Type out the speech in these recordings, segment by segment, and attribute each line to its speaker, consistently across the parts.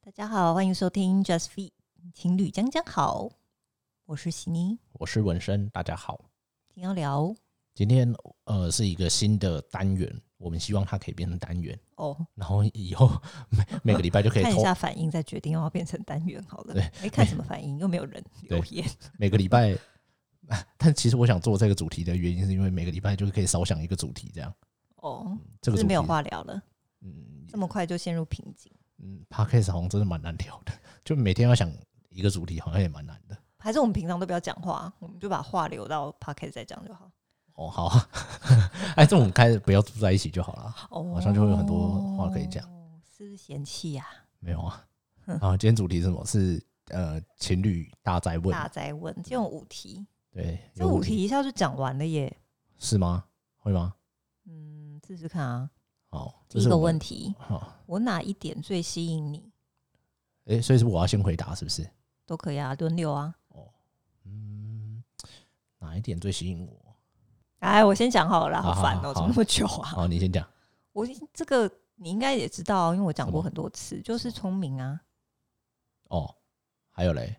Speaker 1: 大家好，欢迎收听 Just Fit 情侣讲讲好，我是喜妮，
Speaker 2: 我是文生，大家好。
Speaker 1: 今天要聊
Speaker 2: 今天呃是一个新的单元，我们希望它可以变成单元，
Speaker 1: 哦，
Speaker 2: 然后以后每每个礼拜就可以
Speaker 1: 看一
Speaker 2: 抽，
Speaker 1: 下反应再决定要不要变成单元好了
Speaker 2: 对。
Speaker 1: 哎，看什么反应？又没有人留言，
Speaker 2: 每个礼拜。 但其实我想做这个主题的原因，是因为每个礼拜就可以少想一个主题，这样
Speaker 1: 哦，
Speaker 2: 这个
Speaker 1: 是
Speaker 2: 主题
Speaker 1: 没有话聊了，
Speaker 2: 嗯
Speaker 1: 这么快就陷入瓶颈，
Speaker 2: 嗯 p a c a s t 好像真的蛮难聊的， 就每天要想一个主题，好像也蛮难的。
Speaker 1: 还是我们平常都不要讲话，我们就把话留到 p o c a s t 再讲就好。
Speaker 2: 哦，好啊， 哎，这我们开始不要住在一起就好了。
Speaker 1: 哦
Speaker 2: 好像就会有很多话可以讲，
Speaker 1: 是不是嫌弃呀、
Speaker 2: 没有啊，啊，今天主题是什么？是呃情侣大灾问，
Speaker 1: 大灾问，这种五题，
Speaker 2: 对，
Speaker 1: 这
Speaker 2: 有
Speaker 1: 五
Speaker 2: 五
Speaker 1: 题一下就讲完了耶。
Speaker 2: 是吗？会吗？
Speaker 1: 嗯，试试看啊。
Speaker 2: 好，
Speaker 1: 第一个问
Speaker 2: 题。
Speaker 1: 题，
Speaker 2: 好，
Speaker 1: 我哪一点最吸引你？
Speaker 2: 哎、所以是我要先回答，是不是？
Speaker 1: 都可以啊，轮流啊。
Speaker 2: 哦，嗯，哪一点最吸引我？
Speaker 1: 哎，我先讲好了啦，好
Speaker 2: 好好
Speaker 1: 烦哦、
Speaker 2: 好
Speaker 1: 怎么那么久啊？
Speaker 2: 好，你先讲。
Speaker 1: 我这个你应该也知道啊，因为我讲过
Speaker 2: 什么
Speaker 1: 很多次，就是聪明啊，
Speaker 2: 哦，还有嘞，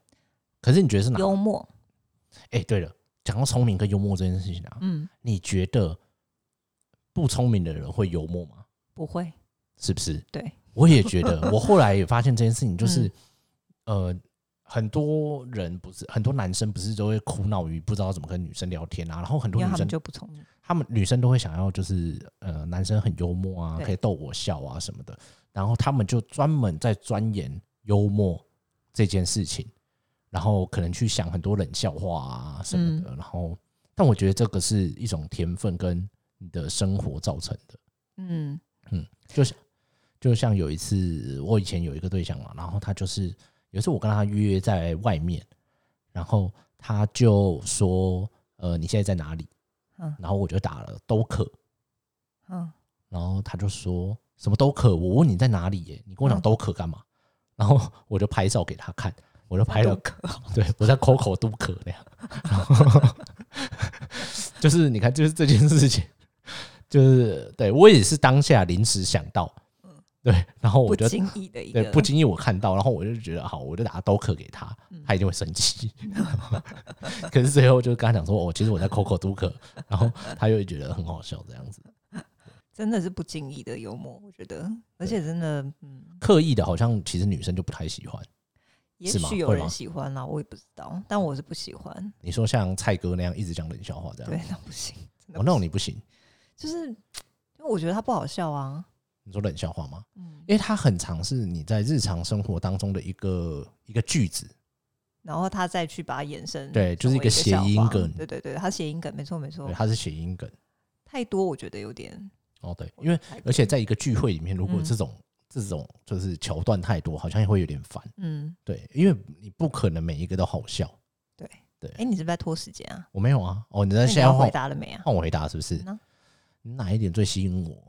Speaker 2: 可是你觉得是哪？
Speaker 1: 幽默，
Speaker 2: 哎、对了，讲到聪明跟幽默这件事情啊，
Speaker 1: 嗯，
Speaker 2: 你觉得不聪明的人会幽默吗？
Speaker 1: 不会，
Speaker 2: 是不是？
Speaker 1: 对，
Speaker 2: 我也觉得，我后来也发现这件事 情，就是、
Speaker 1: 嗯
Speaker 2: 呃，很多人不是很多男生不是都会苦恼于不知道怎么跟女生聊天啊，然后很多
Speaker 1: 因为
Speaker 2: 女
Speaker 1: 他
Speaker 2: 生
Speaker 1: 们就不聪明。
Speaker 2: 他们女生都会想要，就是呃，男生很幽默啊，
Speaker 1: 对
Speaker 2: 可以逗我笑啊什么的。然后他们就专门在钻研幽默这件事情，然后可能去想很多冷笑话啊什么的。然后，但我觉得这个是一种天分跟你的生活造成的。
Speaker 1: 嗯，
Speaker 2: 就像有一次，我以前有一个对象嘛，然后他就是有一次我跟他约在外面，然后他就说：“呃，你现在在哪里？”
Speaker 1: 嗯
Speaker 2: 然后我就打了都可。
Speaker 1: 嗯，
Speaker 2: 然后他就说什么都可，我问你在哪里耶、你跟我讲
Speaker 1: 嗯
Speaker 2: 都可干嘛？然后我就拍照给他看，我就拍了
Speaker 1: 都，可
Speaker 2: 对我在 Coco 都可那样，然后就是你看，就是这件事情，就是对我也是当下临时想到，对，然后
Speaker 1: 嗯不
Speaker 2: 我就
Speaker 1: 经意的一
Speaker 2: 对
Speaker 1: 个，
Speaker 2: 不经意我看到，然后我就觉得好，我就打都可给他，
Speaker 1: 嗯
Speaker 2: 他一定会生气。 可是最后就跟他讲说，哦，其实我在 Coco 都可，然后他又觉得很好笑这样子。
Speaker 1: 真的是不经意的幽默，我觉得，而且真的，嗯，
Speaker 2: 刻意的，好像其实女生就不太喜欢。
Speaker 1: 也
Speaker 2: 是吗
Speaker 1: 许有
Speaker 2: 会
Speaker 1: 人
Speaker 2: 吗
Speaker 1: 喜欢啦，我也不知道，但我是不喜欢，
Speaker 2: 你说像蔡哥那样一直讲冷笑话这样，
Speaker 1: 对，那不行，真的
Speaker 2: 啊哦，
Speaker 1: 不
Speaker 2: 那种
Speaker 1: 行
Speaker 2: 你不行。
Speaker 1: 就是因为我觉得他不好笑啊，
Speaker 2: 你说冷笑话吗？
Speaker 1: 嗯，
Speaker 2: 因为它很常是你在日常生活当中的一个一个句子，
Speaker 1: 然后他再去把它延伸，
Speaker 2: 对就是一个谐音梗
Speaker 1: 对对对，他谐音梗，没错没错
Speaker 2: 对，，它是谐音梗。
Speaker 1: 太多我觉得有点
Speaker 2: 哦，对，
Speaker 1: 我
Speaker 2: 因为
Speaker 1: 太多
Speaker 2: 而且在一个聚会里面，如果
Speaker 1: 嗯
Speaker 2: 这种、这种就是桥段太多，好像也会有点烦。
Speaker 1: 嗯，
Speaker 2: 对，因为你不可能每一个都好笑。
Speaker 1: 对
Speaker 2: 对，
Speaker 1: 哎、你是不是在拖时间啊？
Speaker 2: 我没有啊。哦，你
Speaker 1: 那
Speaker 2: 在
Speaker 1: 你
Speaker 2: 呃现在
Speaker 1: 要回
Speaker 2: 换
Speaker 1: 答了没啊？
Speaker 2: 换我回答是不是
Speaker 1: 嗯啊？
Speaker 2: 你哪一点最吸引我？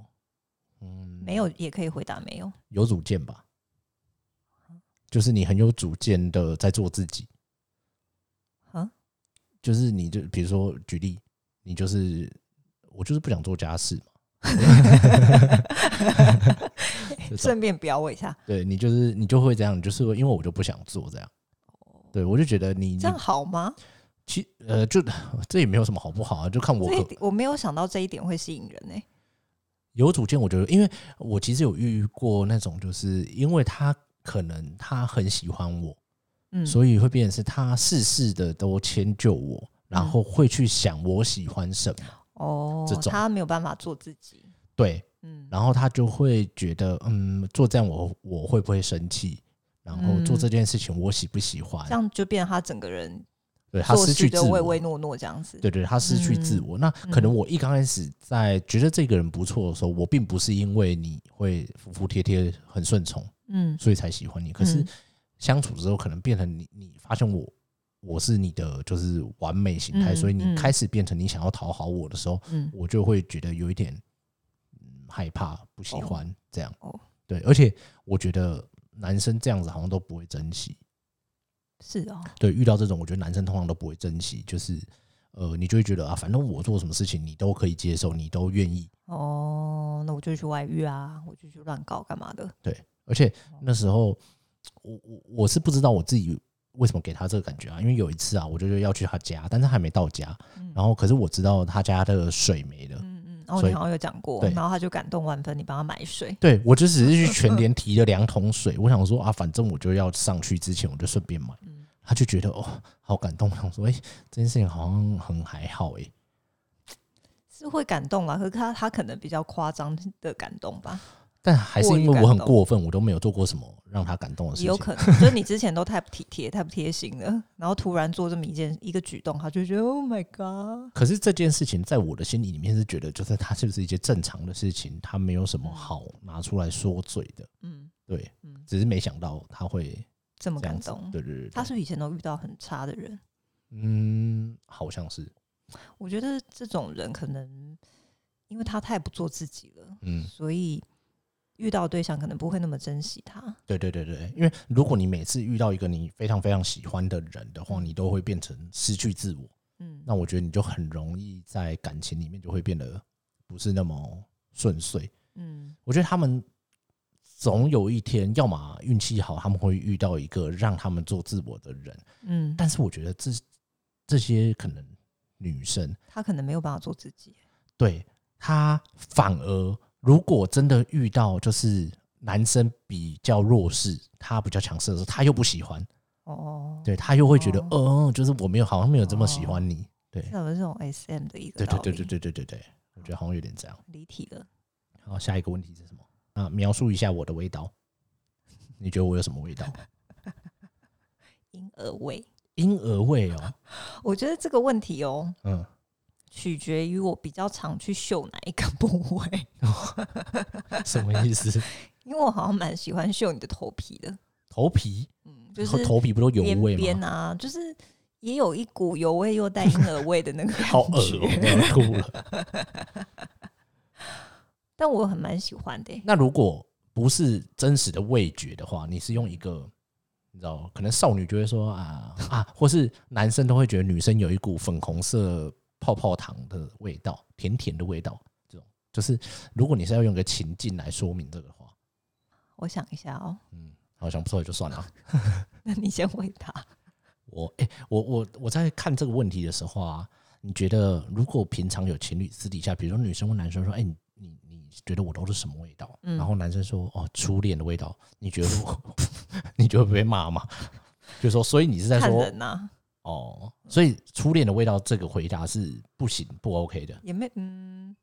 Speaker 2: 嗯，
Speaker 1: 没有也可以回答没有，
Speaker 2: 有主见吧，就是你很有主见的在做自己。
Speaker 1: 啊，
Speaker 2: 就是你就比如说举例，你就是我就是不想做家事嘛，这种
Speaker 1: 顺便表我一下，
Speaker 2: 对你就是你就会这样，你就是会因为我就不想做这样。对，我就觉得你
Speaker 1: 哦这样好吗？
Speaker 2: 其呃，就这也没有什么好不好啊，就看我
Speaker 1: 这一
Speaker 2: 可
Speaker 1: 点我没有想到这一点会吸引人诶、
Speaker 2: 有主见。我觉得，因为我其实有遇过那种，就是因为他可能他很喜欢我，
Speaker 1: 嗯，
Speaker 2: 所以会变成是他事事的都迁就我，然后会去想我喜欢什么，
Speaker 1: 哦
Speaker 2: 这，种
Speaker 1: 他
Speaker 2: 啊
Speaker 1: 没有办法做自己，
Speaker 2: 对，
Speaker 1: 嗯，
Speaker 2: 然后他就会觉得，嗯，做这样我我会不会生气？然后做
Speaker 1: 嗯
Speaker 2: 这件事情我喜不喜欢
Speaker 1: 这？样就变成他整个人
Speaker 2: 对他
Speaker 1: 做
Speaker 2: 失
Speaker 1: 事
Speaker 2: 去自
Speaker 1: 就唯唯
Speaker 2: 我，
Speaker 1: 诺诺这样子，
Speaker 2: 对对，他失去自
Speaker 1: 嗯
Speaker 2: 我。那可能我一刚开始在觉得这个人不错的时候，我并不是因为你会服服帖帖、很顺从，
Speaker 1: 嗯
Speaker 2: 所以才喜欢你。可是
Speaker 1: 嗯
Speaker 2: 相处之后，可能变成你，你发现我我是你的就是完美形态，
Speaker 1: 嗯
Speaker 2: 所以你
Speaker 1: 嗯
Speaker 2: 开始变成你想要讨好我的时候，
Speaker 1: 嗯，
Speaker 2: 我就会觉得有一点、嗯、害怕，不喜
Speaker 1: 哦
Speaker 2: 欢、这样。
Speaker 1: 哦
Speaker 2: 对，而且我觉得男生这样子好像都不会珍惜。
Speaker 1: 是哦，
Speaker 2: 对，遇到这种，我觉得男生通常都不会珍惜，就是呃，你就会觉得啊，反正我做什么事情你都可以接受，你都愿意。
Speaker 1: 哦，那我就去外遇啊，我就去乱搞干嘛的？
Speaker 2: 而且那时候，我我我是不知道我自己为什么给他这个感觉啊，因为有一次啊，我就是要去他家，但是还没到家，然后可是我知道他家的水没了，
Speaker 1: 嗯嗯，哦，
Speaker 2: 所
Speaker 1: 你
Speaker 2: 以
Speaker 1: 好像有讲过，
Speaker 2: 对
Speaker 1: 然后他就感动万分，你帮他买水，
Speaker 2: 对我就只是 去全联提了两桶水，我想说啊，反正我就要上去之前我就顺便买，
Speaker 1: 嗯
Speaker 2: 他就觉得哦好感动，我想说哎、这件事情好像很还好哎、
Speaker 1: 是会感动啦。可是他他可能比较夸张的感动吧，
Speaker 2: 但还是
Speaker 1: 过
Speaker 2: 因
Speaker 1: 于
Speaker 2: 为
Speaker 1: 感
Speaker 2: 我很
Speaker 1: 动
Speaker 2: 过分，我都没有做过什么让他感动的事
Speaker 1: 也
Speaker 2: 情
Speaker 1: 有，可能，就是你之前都太不体贴、太不贴心了，然后突然做这么一件一个举动，他就觉得 Oh my God，
Speaker 2: 可是这件事情在我的心里里面是觉得，就是它是不是一件正常的事情，它没有什么好拿出来说嘴的。
Speaker 1: 嗯，
Speaker 2: 对，
Speaker 1: 嗯
Speaker 2: 只是没想到他会
Speaker 1: 这么
Speaker 2: 这
Speaker 1: 感
Speaker 2: 样子
Speaker 1: 动。
Speaker 2: 对对对，
Speaker 1: 他
Speaker 2: 对
Speaker 1: 是不是以前都遇到很差的人，
Speaker 2: 嗯，好像是，
Speaker 1: 我觉得这种人可能因为他太不做自己了，
Speaker 2: 嗯，
Speaker 1: 所以遇到对象可能不会那么珍惜他。
Speaker 2: 对对对对，因为如果你每次遇到一个你非常非常喜欢的人的话，你都会变成失去自我，
Speaker 1: 嗯，
Speaker 2: 那我觉得你就很容易在感情里面就会变得不是那么顺遂。
Speaker 1: 嗯
Speaker 2: 我觉得他们总有一天，要么运气好，他们会遇到一个让他们做自我的人。
Speaker 1: 嗯，
Speaker 2: 但是我觉得这这些可能女生
Speaker 1: 他可能没有办法做自己。
Speaker 2: 对她反而，如果真的遇到就是男生比较弱势，他比较强势的时候，他又不喜欢，
Speaker 1: 哦，，
Speaker 2: 对他又会觉得，嗯、就是我没有好像没有这么喜欢你，对
Speaker 1: 像我们这种 SM 的一个
Speaker 2: 对
Speaker 1: 道
Speaker 2: 对
Speaker 1: 理
Speaker 2: 对对对对对对，我觉得好像有点这样。
Speaker 1: 离体了。
Speaker 2: 然后下一个问题是什么？啊，描述一下我的味道，你觉得我有什么味道？
Speaker 1: 婴儿味，
Speaker 2: 婴儿味哦，
Speaker 1: 我觉得这个问题哦，
Speaker 2: 嗯，
Speaker 1: 取决于我比较常去嗅哪一个部位，
Speaker 2: 什么意思？
Speaker 1: 因为我好像蛮喜欢嗅你的头皮的，
Speaker 2: 头皮，
Speaker 1: 嗯，就
Speaker 2: 头
Speaker 1: 是
Speaker 2: 头皮不都油
Speaker 1: 边
Speaker 2: 味吗？
Speaker 1: 边啊，就是也有一股油味又带婴儿味的那个感
Speaker 2: 好恶
Speaker 1: 觉，
Speaker 2: 哦、我要吐了。
Speaker 1: 但我很蛮喜欢的欸、
Speaker 2: 那如果不是真实的味觉的话，你是用一个，你知道，可能少女就会说啊 啊，或是男生都会觉得女生有一股粉红色泡泡糖的味道，甜甜的味道，这种就是如果你是要用一个情境来说明这个的话，
Speaker 1: 我想一下哦，
Speaker 2: 嗯，好像不错也就算了啊。
Speaker 1: 那你先回答。
Speaker 2: 我哎、我我我在看这个问题的时候啊，你觉得如果平常有情侣私底下，比如说女生问男生说，哎、你你你觉得我都是什么味道？
Speaker 1: 嗯
Speaker 2: 然后男生说，哦，初恋的味道。你觉得我， 你觉得会被骂吗？ 就说，所以你是在
Speaker 1: 看
Speaker 2: 说
Speaker 1: 人呐、啊
Speaker 2: 哦，所以初恋的味道这个回答是不行不 OK 的。
Speaker 1: 也没嗯，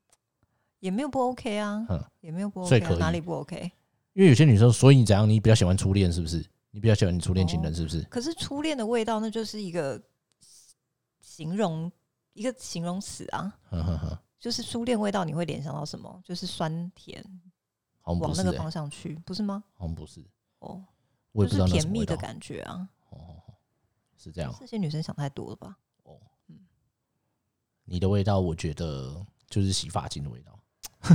Speaker 1: 也没有不 OK 啊，
Speaker 2: 嗯
Speaker 1: 也没有不
Speaker 2: 所
Speaker 1: OK，、
Speaker 2: 以
Speaker 1: 啊、
Speaker 2: 可以
Speaker 1: 哪里不 OK？
Speaker 2: 因为有些女生说，所以你怎样？你比较喜欢初恋是不是？你比较喜欢你初恋情人
Speaker 1: 哦
Speaker 2: 是不是？
Speaker 1: 可是初恋的味道，那就是一个形容一个形容词啊，
Speaker 2: 哼哼哼，
Speaker 1: 就是初恋味道，你会联想到什么？就是酸甜，
Speaker 2: 好像
Speaker 1: 往
Speaker 2: 嗯不
Speaker 1: 那
Speaker 2: 是、
Speaker 1: 个
Speaker 2: 欸，
Speaker 1: 方向去，不是吗？
Speaker 2: 好像不是，
Speaker 1: 哦，
Speaker 2: 我也不
Speaker 1: 就
Speaker 2: 知
Speaker 1: 是
Speaker 2: 道那
Speaker 1: 甜
Speaker 2: 什么
Speaker 1: 蜜
Speaker 2: 味
Speaker 1: 的
Speaker 2: 道。
Speaker 1: 感觉啊，
Speaker 2: 哦哦哦，是这样。
Speaker 1: 这些女生想太多了吧？
Speaker 2: 哦
Speaker 1: 嗯，
Speaker 2: 你的味道，我觉得就是洗发精的味道。
Speaker 1: 好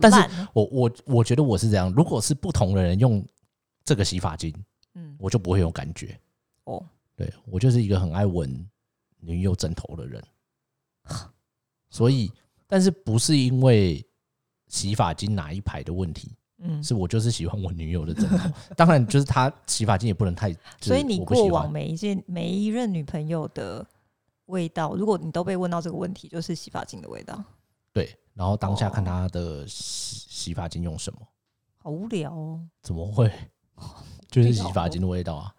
Speaker 2: 但是
Speaker 1: 烂啊
Speaker 2: 我我我觉得我是这样，如果是不同的人用这个洗发精，
Speaker 1: 嗯，
Speaker 2: 我就不会有感觉。
Speaker 1: 哦，
Speaker 2: 对我就是一个很爱闻女友枕头 的人，
Speaker 1: 哦
Speaker 2: 所以，但是不是因为洗发精哪一排的问题，
Speaker 1: 嗯，
Speaker 2: 是我就是喜欢我女友的枕头。当然，就是她洗发精也不能太，就 是
Speaker 1: 所以你
Speaker 2: 我不喜
Speaker 1: 过
Speaker 2: 欢
Speaker 1: 往每一件每一任女朋友的味道，如果你都被问到这个问题，就是洗发精的味道，
Speaker 2: 对，然后当下看
Speaker 1: 哦
Speaker 2: 她的洗洗发精用什么。
Speaker 1: 好无聊哦。
Speaker 2: 怎么会？ 就是洗发精的味道啊。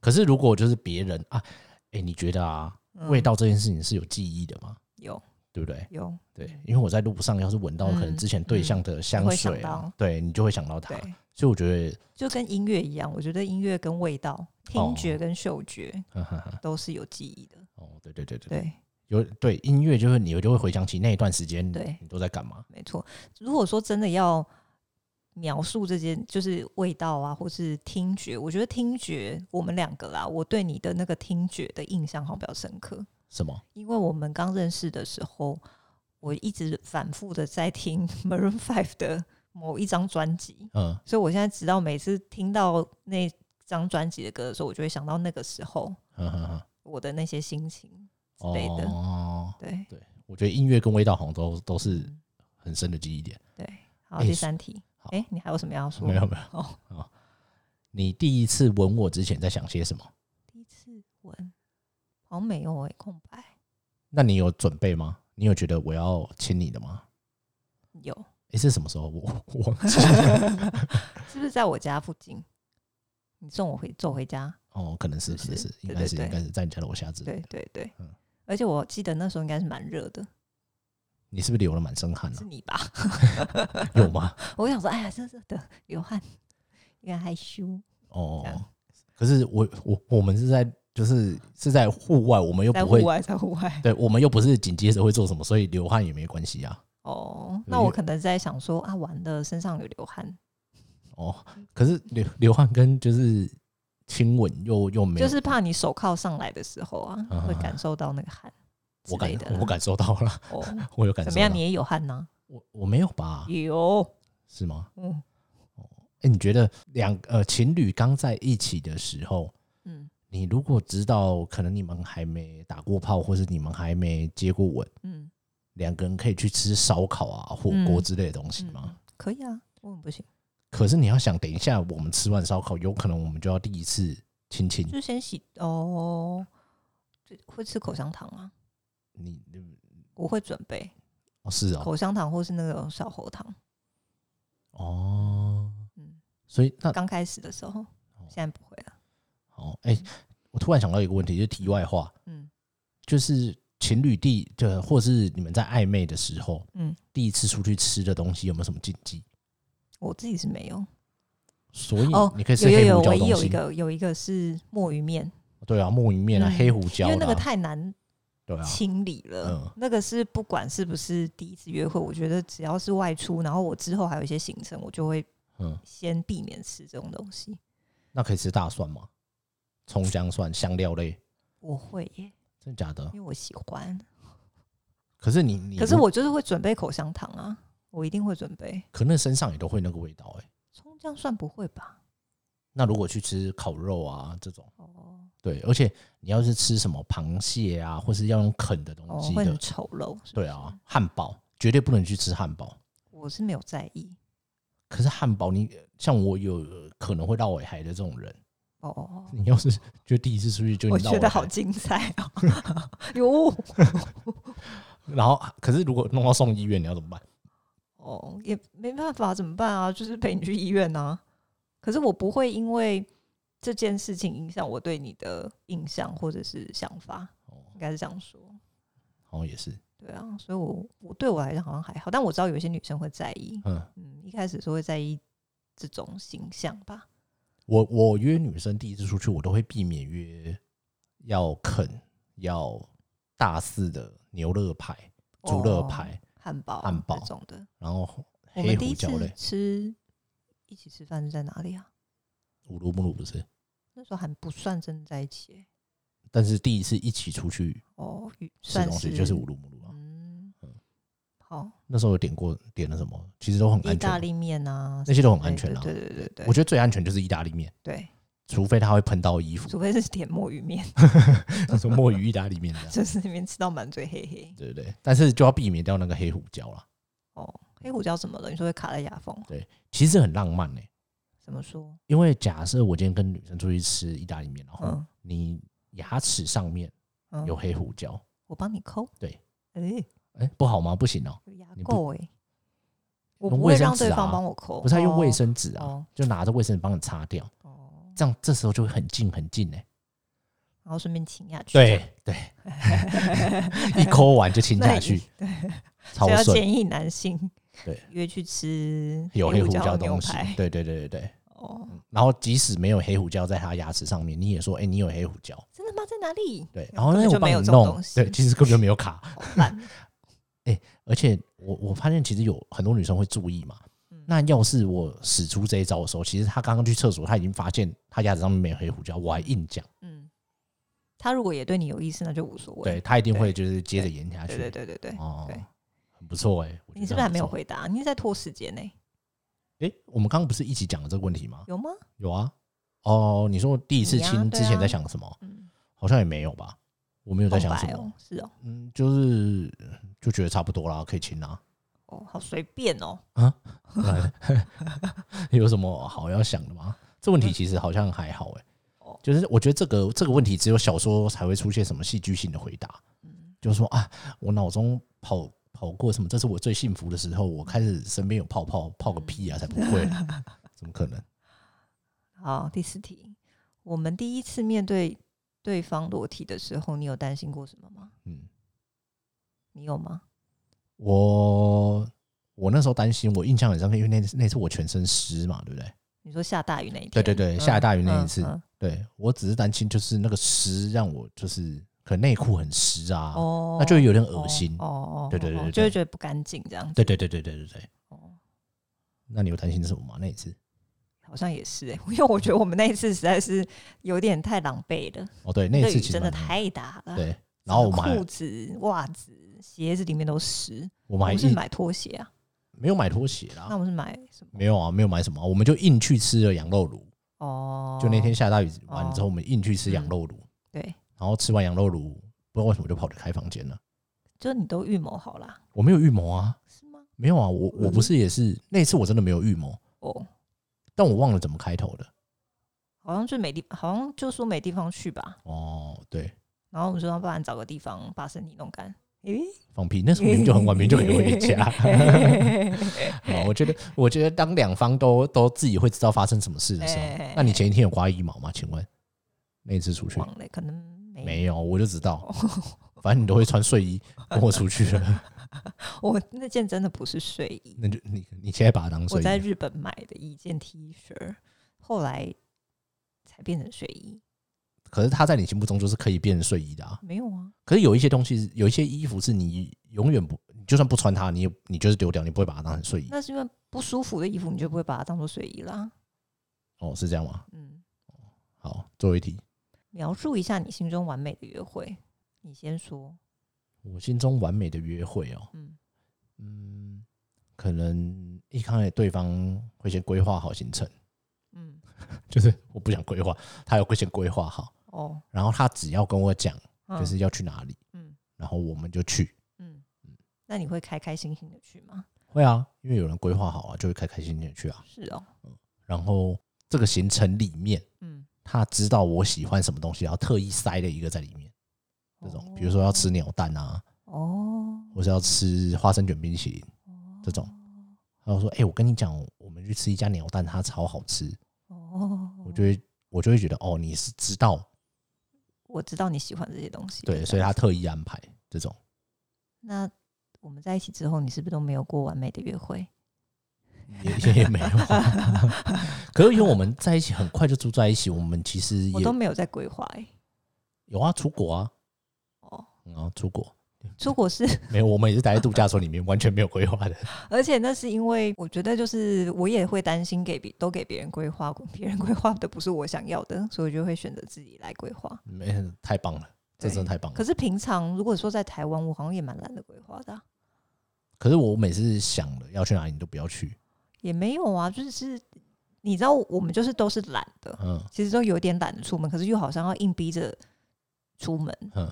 Speaker 2: 可是如果就是别人啊，哎、你觉得啊，
Speaker 1: 嗯
Speaker 2: 味道这件事情是有记忆的吗？
Speaker 1: 有
Speaker 2: 对不对？
Speaker 1: 有，
Speaker 2: 对，因为我在路上要是闻到可能
Speaker 1: 嗯
Speaker 2: 之前对象的香水
Speaker 1: 你会想
Speaker 2: 啊，
Speaker 1: 到
Speaker 2: 对你就会想到它。
Speaker 1: 对，
Speaker 2: 所以我觉得，
Speaker 1: 就跟音乐一样，我觉得音乐跟味道、听
Speaker 2: 哦
Speaker 1: 觉跟嗅觉
Speaker 2: 哈哈哈，
Speaker 1: 都是有记忆的。
Speaker 2: 哦，对对对对，
Speaker 1: 对，
Speaker 2: 有对音乐就是你就会回想起那一段时间，
Speaker 1: 对
Speaker 2: 你都在干嘛？
Speaker 1: 没错。如果说真的要描述这件，就是味道啊，或是听觉，我觉得听觉我们两个啦，我对你的那个听觉的印象好像比较深刻，
Speaker 2: 什么？
Speaker 1: 因为我们刚认识的时候，我一直反复的在听 Maroon Five 的某一张专辑，
Speaker 2: 嗯，
Speaker 1: 所以我现在直到每次听到那张专辑的歌的时候，我就会想到那个时候
Speaker 2: 哈哈哈，
Speaker 1: 我的那些心情之类的。
Speaker 2: 哦，
Speaker 1: 对
Speaker 2: 我觉得音乐跟味道好像都都是
Speaker 1: 嗯
Speaker 2: 很深的记忆点。
Speaker 1: 对，好，
Speaker 2: 哎
Speaker 1: 第
Speaker 2: 是
Speaker 1: 三题
Speaker 2: 好。
Speaker 1: 哎、你还有什么要说？
Speaker 2: 没有没有
Speaker 1: 哦
Speaker 2: 哦，你第一次吻我之前在想些什么？
Speaker 1: 第一次闻，好像没有哎、空白
Speaker 2: 那你有准备吗？你有觉得我要亲你的吗？
Speaker 1: 有，
Speaker 2: 诶，是什么时候？我 我忘 记了。
Speaker 1: 是不是在我家附近？你送我回走回家？
Speaker 2: 哦，可能是，可
Speaker 1: 是
Speaker 2: 能
Speaker 1: 不是，对对
Speaker 2: 是应该是，
Speaker 1: 对
Speaker 2: 应该是在你家楼下之类的。
Speaker 1: 对对对，
Speaker 2: 嗯
Speaker 1: 而且我记得那时候应该是蛮热的，
Speaker 2: 你是不是流了满身汗
Speaker 1: 是
Speaker 2: 啊？
Speaker 1: 你吧？
Speaker 2: 有吗？
Speaker 1: 我想说，哎呀，热热的，流汗，有点害羞，
Speaker 2: 哦
Speaker 1: 这样，
Speaker 2: 可是我我我们是在就是是在户外，我们又
Speaker 1: 在
Speaker 2: 不
Speaker 1: 户
Speaker 2: 会，
Speaker 1: 外，在户外。
Speaker 2: 对我们又不是紧接着会做什么，所以流汗也没关系啊。
Speaker 1: 哦，
Speaker 2: 因
Speaker 1: 那
Speaker 2: 为
Speaker 1: 我可能在想说啊，玩的身上有流汗，
Speaker 2: 哦，
Speaker 1: 嗯
Speaker 2: 可是流流汗跟就是亲吻又又没有，
Speaker 1: 就是怕你手铐上来的时候啊，
Speaker 2: 啊
Speaker 1: 会感受到那个汗之
Speaker 2: 我感
Speaker 1: 类的啦。
Speaker 2: 我感受到了，
Speaker 1: 哦，
Speaker 2: 我有感受
Speaker 1: 怎
Speaker 2: 到。啊
Speaker 1: 么样？你也有汗呐？
Speaker 2: 我我没有吧？
Speaker 1: 有，
Speaker 2: 是吗？
Speaker 1: 嗯
Speaker 2: 哎、你觉得两呃情侣刚在一起的时候，
Speaker 1: 嗯
Speaker 2: 你如果知道可能你们还没打过炮，或是你们还没接过吻，
Speaker 1: 嗯，
Speaker 2: 两个人可以去吃烧烤啊、火锅
Speaker 1: 嗯
Speaker 2: 之类的东西吗？
Speaker 1: 嗯可以啊，为什么不行？
Speaker 2: 可是你要想，等一下我们吃完烧烤，有可能我们就要第一次亲亲。
Speaker 1: 就先洗哦，就会吃口香糖啊，
Speaker 2: 你你
Speaker 1: 我会准备
Speaker 2: 哦是哦
Speaker 1: 口香糖或是那种小喉糖。
Speaker 2: 哦，
Speaker 1: 嗯，
Speaker 2: 所以那
Speaker 1: 刚开始的时候，现在不会了。
Speaker 2: 哦哎、我突然想到一个问题，就是题外话，
Speaker 1: 嗯
Speaker 2: 就是情侣第就或是你们在暧昧的时候，
Speaker 1: 嗯，
Speaker 2: 第一次出去吃的东西有没有什么禁忌？
Speaker 1: 我自己是没有。
Speaker 2: 所以
Speaker 1: 哦
Speaker 2: 你可以吃
Speaker 1: 有有有，
Speaker 2: 黑胡椒
Speaker 1: 唯一
Speaker 2: 东
Speaker 1: 有一
Speaker 2: 西，
Speaker 1: 个有一个是墨鱼面，
Speaker 2: 对啊，墨鱼面啊，
Speaker 1: 嗯
Speaker 2: 黑胡
Speaker 1: 因
Speaker 2: 椒啦，
Speaker 1: 为那个太难
Speaker 2: 对啊，
Speaker 1: 清理了。
Speaker 2: 嗯
Speaker 1: 那个是不管是不是第一次约会，我觉得只要是外出，然后我之后还有一些行程，我就会
Speaker 2: 嗯，
Speaker 1: 先避免吃这种东西。
Speaker 2: 那可以吃大蒜吗？葱姜蒜香料类，
Speaker 1: 我会耶，
Speaker 2: 真的假的
Speaker 1: 因？为我喜欢。
Speaker 2: 可是你你
Speaker 1: 可是我就是会准备口香糖啊，我一定会准备。
Speaker 2: 可那身上也都会那个味道哎、
Speaker 1: 葱姜蒜不会吧？
Speaker 2: 那如果去吃烤肉啊这种，
Speaker 1: 哦
Speaker 2: 对，而且你要是吃什么螃蟹啊，或是要用啃的东
Speaker 1: 哦，
Speaker 2: 西
Speaker 1: 会
Speaker 2: 的，
Speaker 1: 很丑陋。是不
Speaker 2: 对
Speaker 1: 是，
Speaker 2: 啊，汉堡绝对不能去吃汉堡。
Speaker 1: 我是没有在意。
Speaker 2: 可是汉堡你像我有可能会绕尾海的这种人，
Speaker 1: 哦哦哦，
Speaker 2: 你要是就第一次出去就
Speaker 1: 我
Speaker 2: 你绕
Speaker 1: 觉
Speaker 2: 尾
Speaker 1: 得好
Speaker 2: 海，
Speaker 1: 精彩哦！哟
Speaker 2: 然后可是如果弄到送医院，你要怎么办？
Speaker 1: 哦，也没办法，怎么办啊？就是陪你去医院啊。可是我不会因为这件事情影响我对你的印象或者是想法，
Speaker 2: 哦，
Speaker 1: 应该是这样说。
Speaker 2: 好像也是，
Speaker 1: 对啊，所以我我对我来讲好像还好，但我知道有些女生会在意，
Speaker 2: 嗯，
Speaker 1: 嗯，一开始是会在意这种形象吧。
Speaker 2: 我我约女生第一次出去，我都会避免约要啃要大肆的牛肋排、猪肋
Speaker 1: 哦
Speaker 2: 排。
Speaker 1: 汉堡、
Speaker 2: 汉堡
Speaker 1: 这种的，
Speaker 2: 然后
Speaker 1: 我
Speaker 2: 黑
Speaker 1: 们第
Speaker 2: 胡
Speaker 1: 一
Speaker 2: 椒
Speaker 1: 次
Speaker 2: 类，
Speaker 1: 吃一起吃饭是在哪里啊？
Speaker 2: 五卢布鲁不是，
Speaker 1: 那时候还不算真的在一起欸、
Speaker 2: 但是第一次一起出去
Speaker 1: 哦，与
Speaker 2: 吃
Speaker 1: 算
Speaker 2: 东西就是五卢布鲁啊。
Speaker 1: 嗯
Speaker 2: 嗯，
Speaker 1: 好，
Speaker 2: 那时候有点过点了什么，其实都很
Speaker 1: 意
Speaker 2: 安
Speaker 1: 大
Speaker 2: 全，
Speaker 1: 利面啊，
Speaker 2: 那些都很
Speaker 1: 对
Speaker 2: 安全啊。
Speaker 1: 对对对对
Speaker 2: 我
Speaker 1: 对，
Speaker 2: 觉得最安全就是意大利面，
Speaker 1: 对，
Speaker 2: 除非它会喷到衣服，
Speaker 1: 除非是点墨鱼面，
Speaker 2: 那种墨鱼意大利面这样，
Speaker 1: 就是那边吃到满嘴黑黑。
Speaker 2: 对不对？但是就要避免掉那个黑胡椒啦。
Speaker 1: 哦，黑胡椒怎么了？你说会卡在牙缝？
Speaker 2: 其实很浪漫呢、
Speaker 1: 怎么说？
Speaker 2: 因为假设我今天跟女生出去吃意大利面，然后
Speaker 1: 嗯
Speaker 2: 你牙齿上面
Speaker 1: 嗯，
Speaker 2: 哦有黑胡椒，
Speaker 1: 我帮你抠。
Speaker 2: 对，
Speaker 1: 哎、
Speaker 2: 哎，不好吗？不行哦，
Speaker 1: 有牙
Speaker 2: 你不
Speaker 1: 垢哎、我
Speaker 2: 用
Speaker 1: 不
Speaker 2: 卫
Speaker 1: 会
Speaker 2: 生
Speaker 1: 让
Speaker 2: 纸
Speaker 1: 对
Speaker 2: 啊
Speaker 1: 方帮我抠，
Speaker 2: 不是要用卫
Speaker 1: 哦
Speaker 2: 生纸啊
Speaker 1: 哦，
Speaker 2: 就拿着卫生纸帮你擦掉，
Speaker 1: 哦，
Speaker 2: 这样这时候就会很近很近哎、
Speaker 1: 然后顺便亲下去。
Speaker 2: 对，对， 一抠完就亲下去，超
Speaker 1: 所以要
Speaker 2: 顺，
Speaker 1: 建议男性
Speaker 2: 对
Speaker 1: 约去吃
Speaker 2: 有黑
Speaker 1: 黑
Speaker 2: 胡椒
Speaker 1: 椒
Speaker 2: 东
Speaker 1: 牛
Speaker 2: 西
Speaker 1: 排，
Speaker 2: 对对嗯对对对。
Speaker 1: 哦，
Speaker 2: 然后即使没有黑胡椒在他牙齿上面，你也说，哎、你有黑胡椒，
Speaker 1: 真的吗？在哪里？
Speaker 2: 对，然后那
Speaker 1: 嗯根本
Speaker 2: 我
Speaker 1: 就
Speaker 2: 帮
Speaker 1: 没有
Speaker 2: 你
Speaker 1: 这种
Speaker 2: 弄
Speaker 1: 东，西
Speaker 2: 对，其实根本就没有卡，
Speaker 1: 好烂。
Speaker 2: 而且我我发现其实有很多女生会注意嘛。
Speaker 1: 嗯
Speaker 2: 那要是我使出这一招的时候，其实她刚刚去厕所，她已经发现她牙齿上面没有黑胡椒，我还硬讲，
Speaker 1: 嗯，他如果也对你有意思，那就无所谓。
Speaker 2: 对她一定会就是接着延下去。
Speaker 1: 对对对对对，
Speaker 2: 哦
Speaker 1: 对，
Speaker 2: 很不错哎、我觉得
Speaker 1: 你是不是还没有
Speaker 2: 很错？
Speaker 1: 回答？你是在拖时间呢、
Speaker 2: 哎、我们刚刚不是一起讲了这个问题吗？
Speaker 1: 有吗？
Speaker 2: 有啊。哦，你说第一次
Speaker 1: 你啊
Speaker 2: 亲
Speaker 1: 对
Speaker 2: 之前在
Speaker 1: 啊
Speaker 2: 想什么？
Speaker 1: 嗯，
Speaker 2: 好像也没有吧，我没有在
Speaker 1: 空
Speaker 2: 想什
Speaker 1: 白
Speaker 2: 么。
Speaker 1: 哦，是哦，
Speaker 2: 嗯，就是就觉得差不多啦，可以亲啦。
Speaker 1: 哦，好随便哦，
Speaker 2: 对有什么好要想的吗？
Speaker 1: 嗯
Speaker 2: 这问题其实好像还好哎、
Speaker 1: 哦
Speaker 2: 就是我觉得这个这个问题只有小说才会出现什么戏剧性的回答，
Speaker 1: 嗯
Speaker 2: 就是说啊，我脑中跑跑过什么，这是我最幸福的时候，我开始身边有泡泡，泡个屁啊，才不 会，怎么可能？
Speaker 1: 好，第四题，我们第一次面对对方裸体的时候，你有担心过什么吗？
Speaker 2: 嗯，
Speaker 1: 你有吗？
Speaker 2: 我我那时候担心，我印象很深刻，因为那那次我全身湿嘛，对不对？
Speaker 1: 你说下大雨那一天？
Speaker 2: 对对对，
Speaker 1: 嗯
Speaker 2: 下大雨那一次，
Speaker 1: 嗯嗯
Speaker 2: 对我只是担心就是那个湿让我就是可能内裤很湿啊，
Speaker 1: 哦，
Speaker 2: 那就有点恶心。
Speaker 1: 哦哦，
Speaker 2: 对对对对对
Speaker 1: 就会觉得不干净这样子。
Speaker 2: 对对对对对对对。
Speaker 1: 哦，
Speaker 2: 那你有担心什么吗？那一次？
Speaker 1: 好像也是哎、因为我觉得我们那一次实在是有点太狼狈了，
Speaker 2: 哦，对，那一
Speaker 1: 雨
Speaker 2: 次其实
Speaker 1: 真的
Speaker 2: 蛮
Speaker 1: 太大了。
Speaker 2: 对。然后我们
Speaker 1: 裤
Speaker 2: 还
Speaker 1: 子、袜子、鞋子里面都湿。
Speaker 2: 我
Speaker 1: 我
Speaker 2: 们还
Speaker 1: 们是
Speaker 2: 硬
Speaker 1: 买拖鞋啊，
Speaker 2: 没有买拖鞋
Speaker 1: 那
Speaker 2: 啦
Speaker 1: 我，们是买什么？
Speaker 2: 没有啊，没有买什么啊，我们就硬去吃了羊肉炉。
Speaker 1: 哦，
Speaker 2: 就那天下大雨完之后，我们硬去吃羊
Speaker 1: 嗯
Speaker 2: 肉炉，
Speaker 1: 对，
Speaker 2: 然后吃完羊肉炉，不知道为什么就跑去开房间了。
Speaker 1: 就你都预谋好啦，
Speaker 2: 我没有预谋啊，
Speaker 1: 是吗？
Speaker 2: 没有啊，我我不
Speaker 1: 嗯
Speaker 2: 是也是那次我真的没有预谋，
Speaker 1: 哦，
Speaker 2: 但我忘了怎么开头的。
Speaker 1: 好像就没地，好像就说没地方去吧。
Speaker 2: 哦，对，
Speaker 1: 然后我们说，不然找个地方把身体弄干。诶、
Speaker 2: 放屁，那时候明明就很晚，明明就可以回家。 好，哦我觉得，我觉得当两方都都自己会知道发生什么事的时候，
Speaker 1: 哎
Speaker 2: 那你前一天有刮腋毛吗？请问那一次出去
Speaker 1: 忘了，可能没哦
Speaker 2: 没有？我就知道，反正你都会穿睡衣跟我出去了，
Speaker 1: 我那件真的不是睡衣，
Speaker 2: 那就你你现在把它当
Speaker 1: 我
Speaker 2: 嗯睡
Speaker 1: 在
Speaker 2: 衣，
Speaker 1: 日本买的一件 T 恤，后来才变成睡衣。
Speaker 2: 可是它在你心目中就是可以变成睡衣的啊。
Speaker 1: 没有啊，
Speaker 2: 可是有一些东西是，有一些衣服是你永远不，你就算不穿它，你也你就是丢掉，你不会把它当成睡衣。
Speaker 1: 那是因为不舒服的衣服，你就不会把它当做睡衣啦。
Speaker 2: 哦，是这样吗？
Speaker 1: 嗯，
Speaker 2: 好，最后一题，
Speaker 1: 描述一下你心中完美的约会，你先说。
Speaker 2: 我心中完美的约会哦，
Speaker 1: 嗯
Speaker 2: 嗯，可能一开始对方会先规划好行程，
Speaker 1: 嗯，
Speaker 2: 就是我不想规划，他有先规划好，
Speaker 1: 哦，
Speaker 2: 然后他只要跟我讲
Speaker 1: 嗯
Speaker 2: 就是要去哪里，
Speaker 1: 嗯
Speaker 2: 然后我们就去。
Speaker 1: 嗯，那你会开开心心的去吗？
Speaker 2: 会啊，因为有人规划好啊，就会开开心心的去啊。
Speaker 1: 是哦，
Speaker 2: 然后这个行程里面，
Speaker 1: 嗯，
Speaker 2: 他知道我喜欢什么东西，然后特意塞了一个在里面。这种
Speaker 1: 哦
Speaker 2: 比如说要吃鸟蛋啊，
Speaker 1: 哦，
Speaker 2: 或是要吃花生卷冰淇淋这种。然后说：“哎、我跟你讲，我们去吃一家鸟蛋，它超好吃。”
Speaker 1: 哦，
Speaker 2: 我就会我就会觉得哦，你是知道
Speaker 1: 我知道你喜欢这些东西了，
Speaker 2: 对，所以他特意安排这种。
Speaker 1: 那我们在一起之后，你是不是都没有过完美的约会？
Speaker 2: 也 也没有啊。可是因为我们在一起很快就住在一起，我们其实
Speaker 1: 我
Speaker 2: 也
Speaker 1: 都没有在规划、欸。
Speaker 2: 有啊，出国啊，
Speaker 1: 哦，
Speaker 2: 嗯啊，出国
Speaker 1: 出国是，
Speaker 2: 没有，我们也是待在度假村里面，完全没有规划的。
Speaker 1: 而且那是因为我觉得就是我也会担心给别都给别人规划，别人规划的不是我想要的， 所以我就会选择自己来规划。
Speaker 2: 没有，太棒了，这
Speaker 1: 对
Speaker 2: 真的太棒了。
Speaker 1: 可是平常如果说在台湾，我好像也蛮懒得规划的啊、
Speaker 2: 可是我每次想了要去哪里，你都不要去。
Speaker 1: 也没有啊，就是是你知道我们就是都是懒的，
Speaker 2: 嗯
Speaker 1: 其实都有点懒得出门，可是又好像要硬逼着出门。
Speaker 2: 嗯，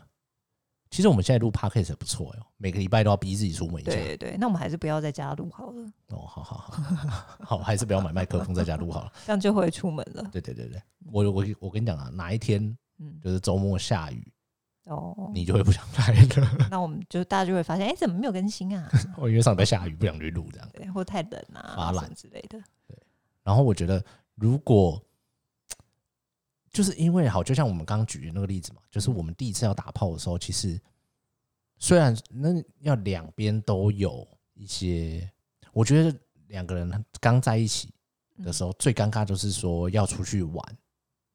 Speaker 2: 其实我们现在录 podcast 也不错哟，每个礼拜都要逼自己出门一下。
Speaker 1: 对对对，那我们还是不要在家录好了，
Speaker 2: 哦，好好好，好，还是不要买麦克风在家录好了。
Speaker 1: 这样就会出门了。
Speaker 2: 对对对对，我我我跟你讲啊，哪一天
Speaker 1: 嗯，
Speaker 2: 就是周末下雨，
Speaker 1: 哦，
Speaker 2: 你就会不想来了。
Speaker 1: 那我们就大家就会发现，哎、怎么没有更新啊？
Speaker 2: 我因为上礼拜下雨，不想去录这样。
Speaker 1: 对，或太冷啊，
Speaker 2: 发
Speaker 1: 什
Speaker 2: 懒
Speaker 1: 么之类的。
Speaker 2: 然后我觉得，如果就是因为好，就像我们刚刚举的那个例子嘛，就是我们第一次要打炮的时候，其实虽然那要两边都有一些，我觉得两个人刚在一起的时候，最尴尬就是说要出去玩。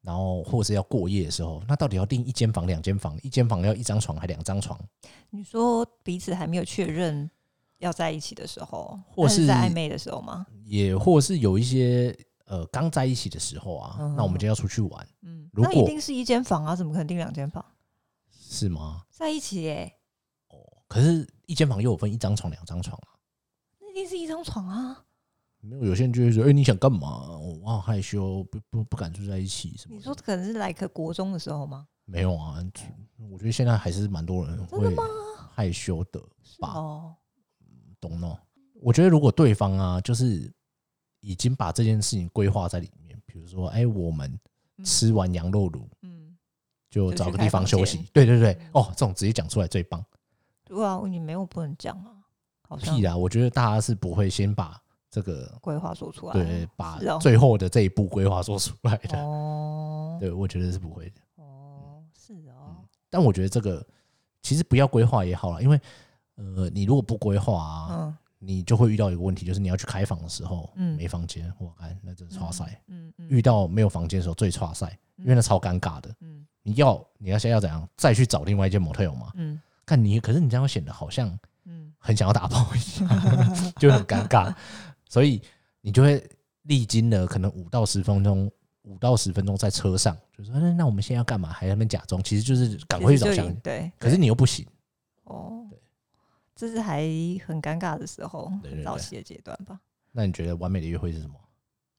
Speaker 2: 然后，或是要过夜的时候，那到底要订一间房、两间房？一间房要一张床还两张床？
Speaker 1: 你说彼此还没有确认要在一起的时候，
Speaker 2: 或
Speaker 1: 但是
Speaker 2: 是
Speaker 1: 在暧昧的时候吗？
Speaker 2: 也或是有一些呃刚在一起的时候啊，
Speaker 1: 嗯
Speaker 2: 那我们就要出去玩，
Speaker 1: 嗯，
Speaker 2: 如
Speaker 1: 那一
Speaker 2: 果
Speaker 1: 定是一间房啊，怎么可能订两间房
Speaker 2: 是吗？
Speaker 1: 在一起、耶
Speaker 2: 可是，一间房又有分一张床、两张床啊。
Speaker 1: 那一定是一张床啊！
Speaker 2: 没有，有些人就会说：“哎、你想干嘛？我好害羞，不不不敢住在一起什么的。”
Speaker 1: 你说可能是来个国中的时候吗？
Speaker 2: 没有啊？我觉得现在还是蛮多
Speaker 1: 真
Speaker 2: 人
Speaker 1: 的
Speaker 2: 会
Speaker 1: 吗？
Speaker 2: 害羞的
Speaker 1: 是
Speaker 2: 吧？
Speaker 1: 哦，
Speaker 2: 懂吗？我觉得如果对方啊，就是已经把这件事情规划在里面，比如说，哎、我们吃完羊肉炉、
Speaker 1: 嗯，
Speaker 2: 就
Speaker 1: 就
Speaker 2: 找
Speaker 1: 去
Speaker 2: 个
Speaker 1: 开
Speaker 2: 地方
Speaker 1: 房
Speaker 2: 休
Speaker 1: 间
Speaker 2: 息。对对对，哦，这种直接讲出来最棒。
Speaker 1: 对啊，你没有不能讲啊，好像
Speaker 2: 屁啦，我觉得大家是不会先把这个
Speaker 1: 规划说出来，
Speaker 2: 对把
Speaker 1: 是哦
Speaker 2: 最后的这一步规划做出来的。
Speaker 1: 哦
Speaker 2: 对，我觉得是不会的。
Speaker 1: 哦，是哦，
Speaker 2: 但我觉得这个其实不要规划也好了，因为呃，你如果不规划啊，
Speaker 1: 嗯
Speaker 2: 你就会遇到一个问题，就是你要去开房的时候，
Speaker 1: 嗯
Speaker 2: 没房间，我看那真是差赛。
Speaker 1: 嗯
Speaker 2: 遇
Speaker 1: 嗯
Speaker 2: 到没有房间的时候最差赛，因为那超尴尬的。
Speaker 1: 嗯
Speaker 2: 你要你要先要怎样，再去找另外一间模特有吗？
Speaker 1: 嗯
Speaker 2: 看你，可是你这样显得好像
Speaker 1: 嗯
Speaker 2: 很想要打包一样， 就很尴尬，所以你就会历经了可能五到十分钟，五到十分钟在车上，就说那那我们现在要干嘛？还在那边假装，其实就是赶快去
Speaker 1: 其
Speaker 2: 找
Speaker 1: 实就
Speaker 2: 香
Speaker 1: 已。对，
Speaker 2: 可是你又不行，
Speaker 1: 哦，这是还很尴尬的时候
Speaker 2: 对对，对
Speaker 1: 早期的阶段吧。
Speaker 2: 那你觉得完美的约会是什么？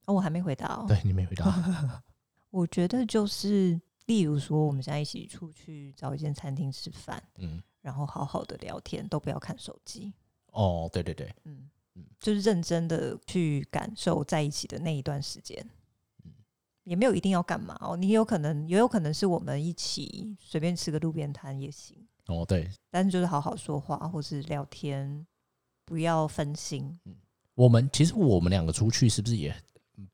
Speaker 1: 哦，我还没回答哦。
Speaker 2: 对你没回答，
Speaker 1: 我觉得就是，例如说，我们现在一起出去找一间餐厅吃饭，
Speaker 2: 嗯，
Speaker 1: 然后好好的聊天，都不要看手机。
Speaker 2: 哦，对对对，
Speaker 1: 嗯
Speaker 2: 嗯
Speaker 1: 就是认真的去感受在一起的那一段时间。
Speaker 2: 嗯
Speaker 1: 也没有一定要干嘛哦，你有可能也有可能是我们一起随便吃个路边摊也行，
Speaker 2: 哦对，
Speaker 1: 但是就是好好说话或是聊天，不要分心。
Speaker 2: 我们其实我们两个出去是不是也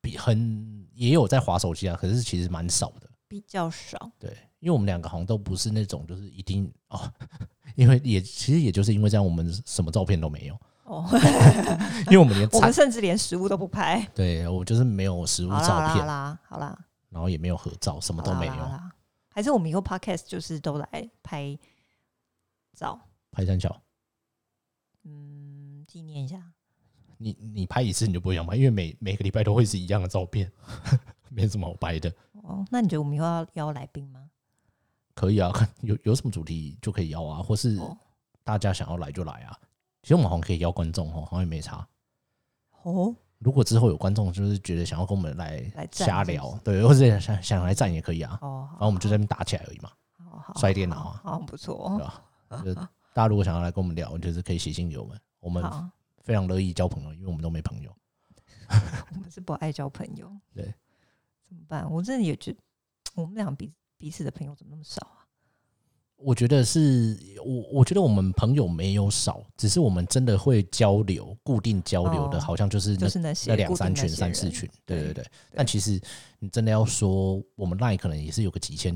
Speaker 2: 比很也有在划手机啊？可是其实蛮少的，
Speaker 1: 比较少，
Speaker 2: 对，因为我们两个好像都不是那种就是一定哦， 因为也其实也就是因为这样，我们什么照片都没有，
Speaker 1: 哦，
Speaker 2: 因为我们连
Speaker 1: 我们
Speaker 2: 餐，
Speaker 1: 甚至连食物都不拍。
Speaker 2: 对我就是没有实物
Speaker 1: 好啦
Speaker 2: 照
Speaker 1: 好
Speaker 2: 片，
Speaker 1: 啦好啦，
Speaker 2: 然后也没有合照，什么
Speaker 1: 好啦，
Speaker 2: 都没
Speaker 1: 好啦好
Speaker 2: 有，
Speaker 1: 啦还是我们以后 podcast 就是都来拍照，
Speaker 2: 拍三小。
Speaker 1: 嗯，纪念一下。
Speaker 2: 你你拍一次你就不会想拍，因为每每个礼拜都会是一样的照片， 没什么好拍的。
Speaker 1: 哦，那你觉得我们以后要邀来宾吗？
Speaker 2: 可以啊，看有有什么主题就可以邀啊，或是
Speaker 1: 哦
Speaker 2: 大家想要来就来啊。其实我们好像可以邀观众哦，好像也没差。
Speaker 1: 哦，
Speaker 2: 如果之后有观众就是觉得想要跟我们
Speaker 1: 来
Speaker 2: 来
Speaker 1: 站
Speaker 2: 瞎
Speaker 1: 是不是
Speaker 2: 聊，对，或者想想来站也可以啊。
Speaker 1: 哦，
Speaker 2: 然后我们就在那边打起来而已嘛，
Speaker 1: 好哦好好
Speaker 2: 摔电脑啊
Speaker 1: 好好不错
Speaker 2: 对
Speaker 1: 哦。
Speaker 2: 吧？就是大家如果想要来跟我们聊，就是可以写信给我们，我们
Speaker 1: 好，
Speaker 2: 非常乐意交朋友，因为我们都没朋友。
Speaker 1: 我们是不爱交朋友，
Speaker 2: 对，
Speaker 1: 怎么办？我真的也觉得我们俩彼彼此的朋友怎么那么少啊？
Speaker 2: 我觉得是我，我觉得我们朋友没有少，只是我们真的会交流，固定交流的，
Speaker 1: 哦
Speaker 2: 好像就是那
Speaker 1: 就是那些
Speaker 2: 那两
Speaker 1: 固定
Speaker 2: 三
Speaker 1: 那
Speaker 2: 群、
Speaker 1: 些
Speaker 2: 三四
Speaker 1: 人
Speaker 2: 群，对对
Speaker 1: 对
Speaker 2: 对。但其实你真的要说，我们 LINE 可能也是有个几千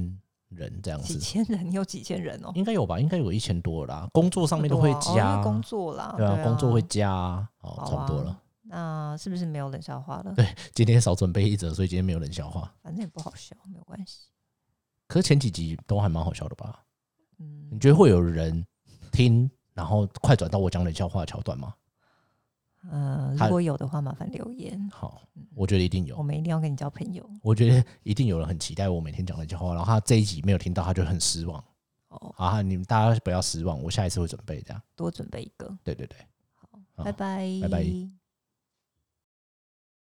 Speaker 2: 人这样
Speaker 1: 几
Speaker 2: 子，
Speaker 1: 千人，你有几千人哦？
Speaker 2: 应该有吧？应该有一千多了啦。工作上面都会
Speaker 1: 不多啊哦因为
Speaker 2: 加，
Speaker 1: 工作啦，
Speaker 2: 对啊，
Speaker 1: 啊，
Speaker 2: 工作会。加啊，好，
Speaker 1: 好
Speaker 2: 差不多
Speaker 1: 啊
Speaker 2: 了。
Speaker 1: 那是不是没有冷笑话了？
Speaker 2: 对，今天少准备一则，所以今天没有冷笑话。
Speaker 1: 反正也不好笑，没有关系。
Speaker 2: 可是前几集都还蛮好笑的吧？
Speaker 1: 嗯，
Speaker 2: 你觉得会有人听，然后快转到我讲冷笑话的桥段吗？
Speaker 1: 呃，
Speaker 2: 他
Speaker 1: 如果有的话，麻烦留言，
Speaker 2: 好，我觉得一定有
Speaker 1: 嗯我。们一定要跟你交朋友
Speaker 2: 我觉得一定有人很期待我每天讲冷笑话，然后他这一集没有听到，他就很失望。
Speaker 1: 哦。
Speaker 2: 好，你们大家不要失望，我下一次会准备这样。
Speaker 1: 多准备一个，
Speaker 2: 对对对。
Speaker 1: 拜拜，
Speaker 2: 拜拜。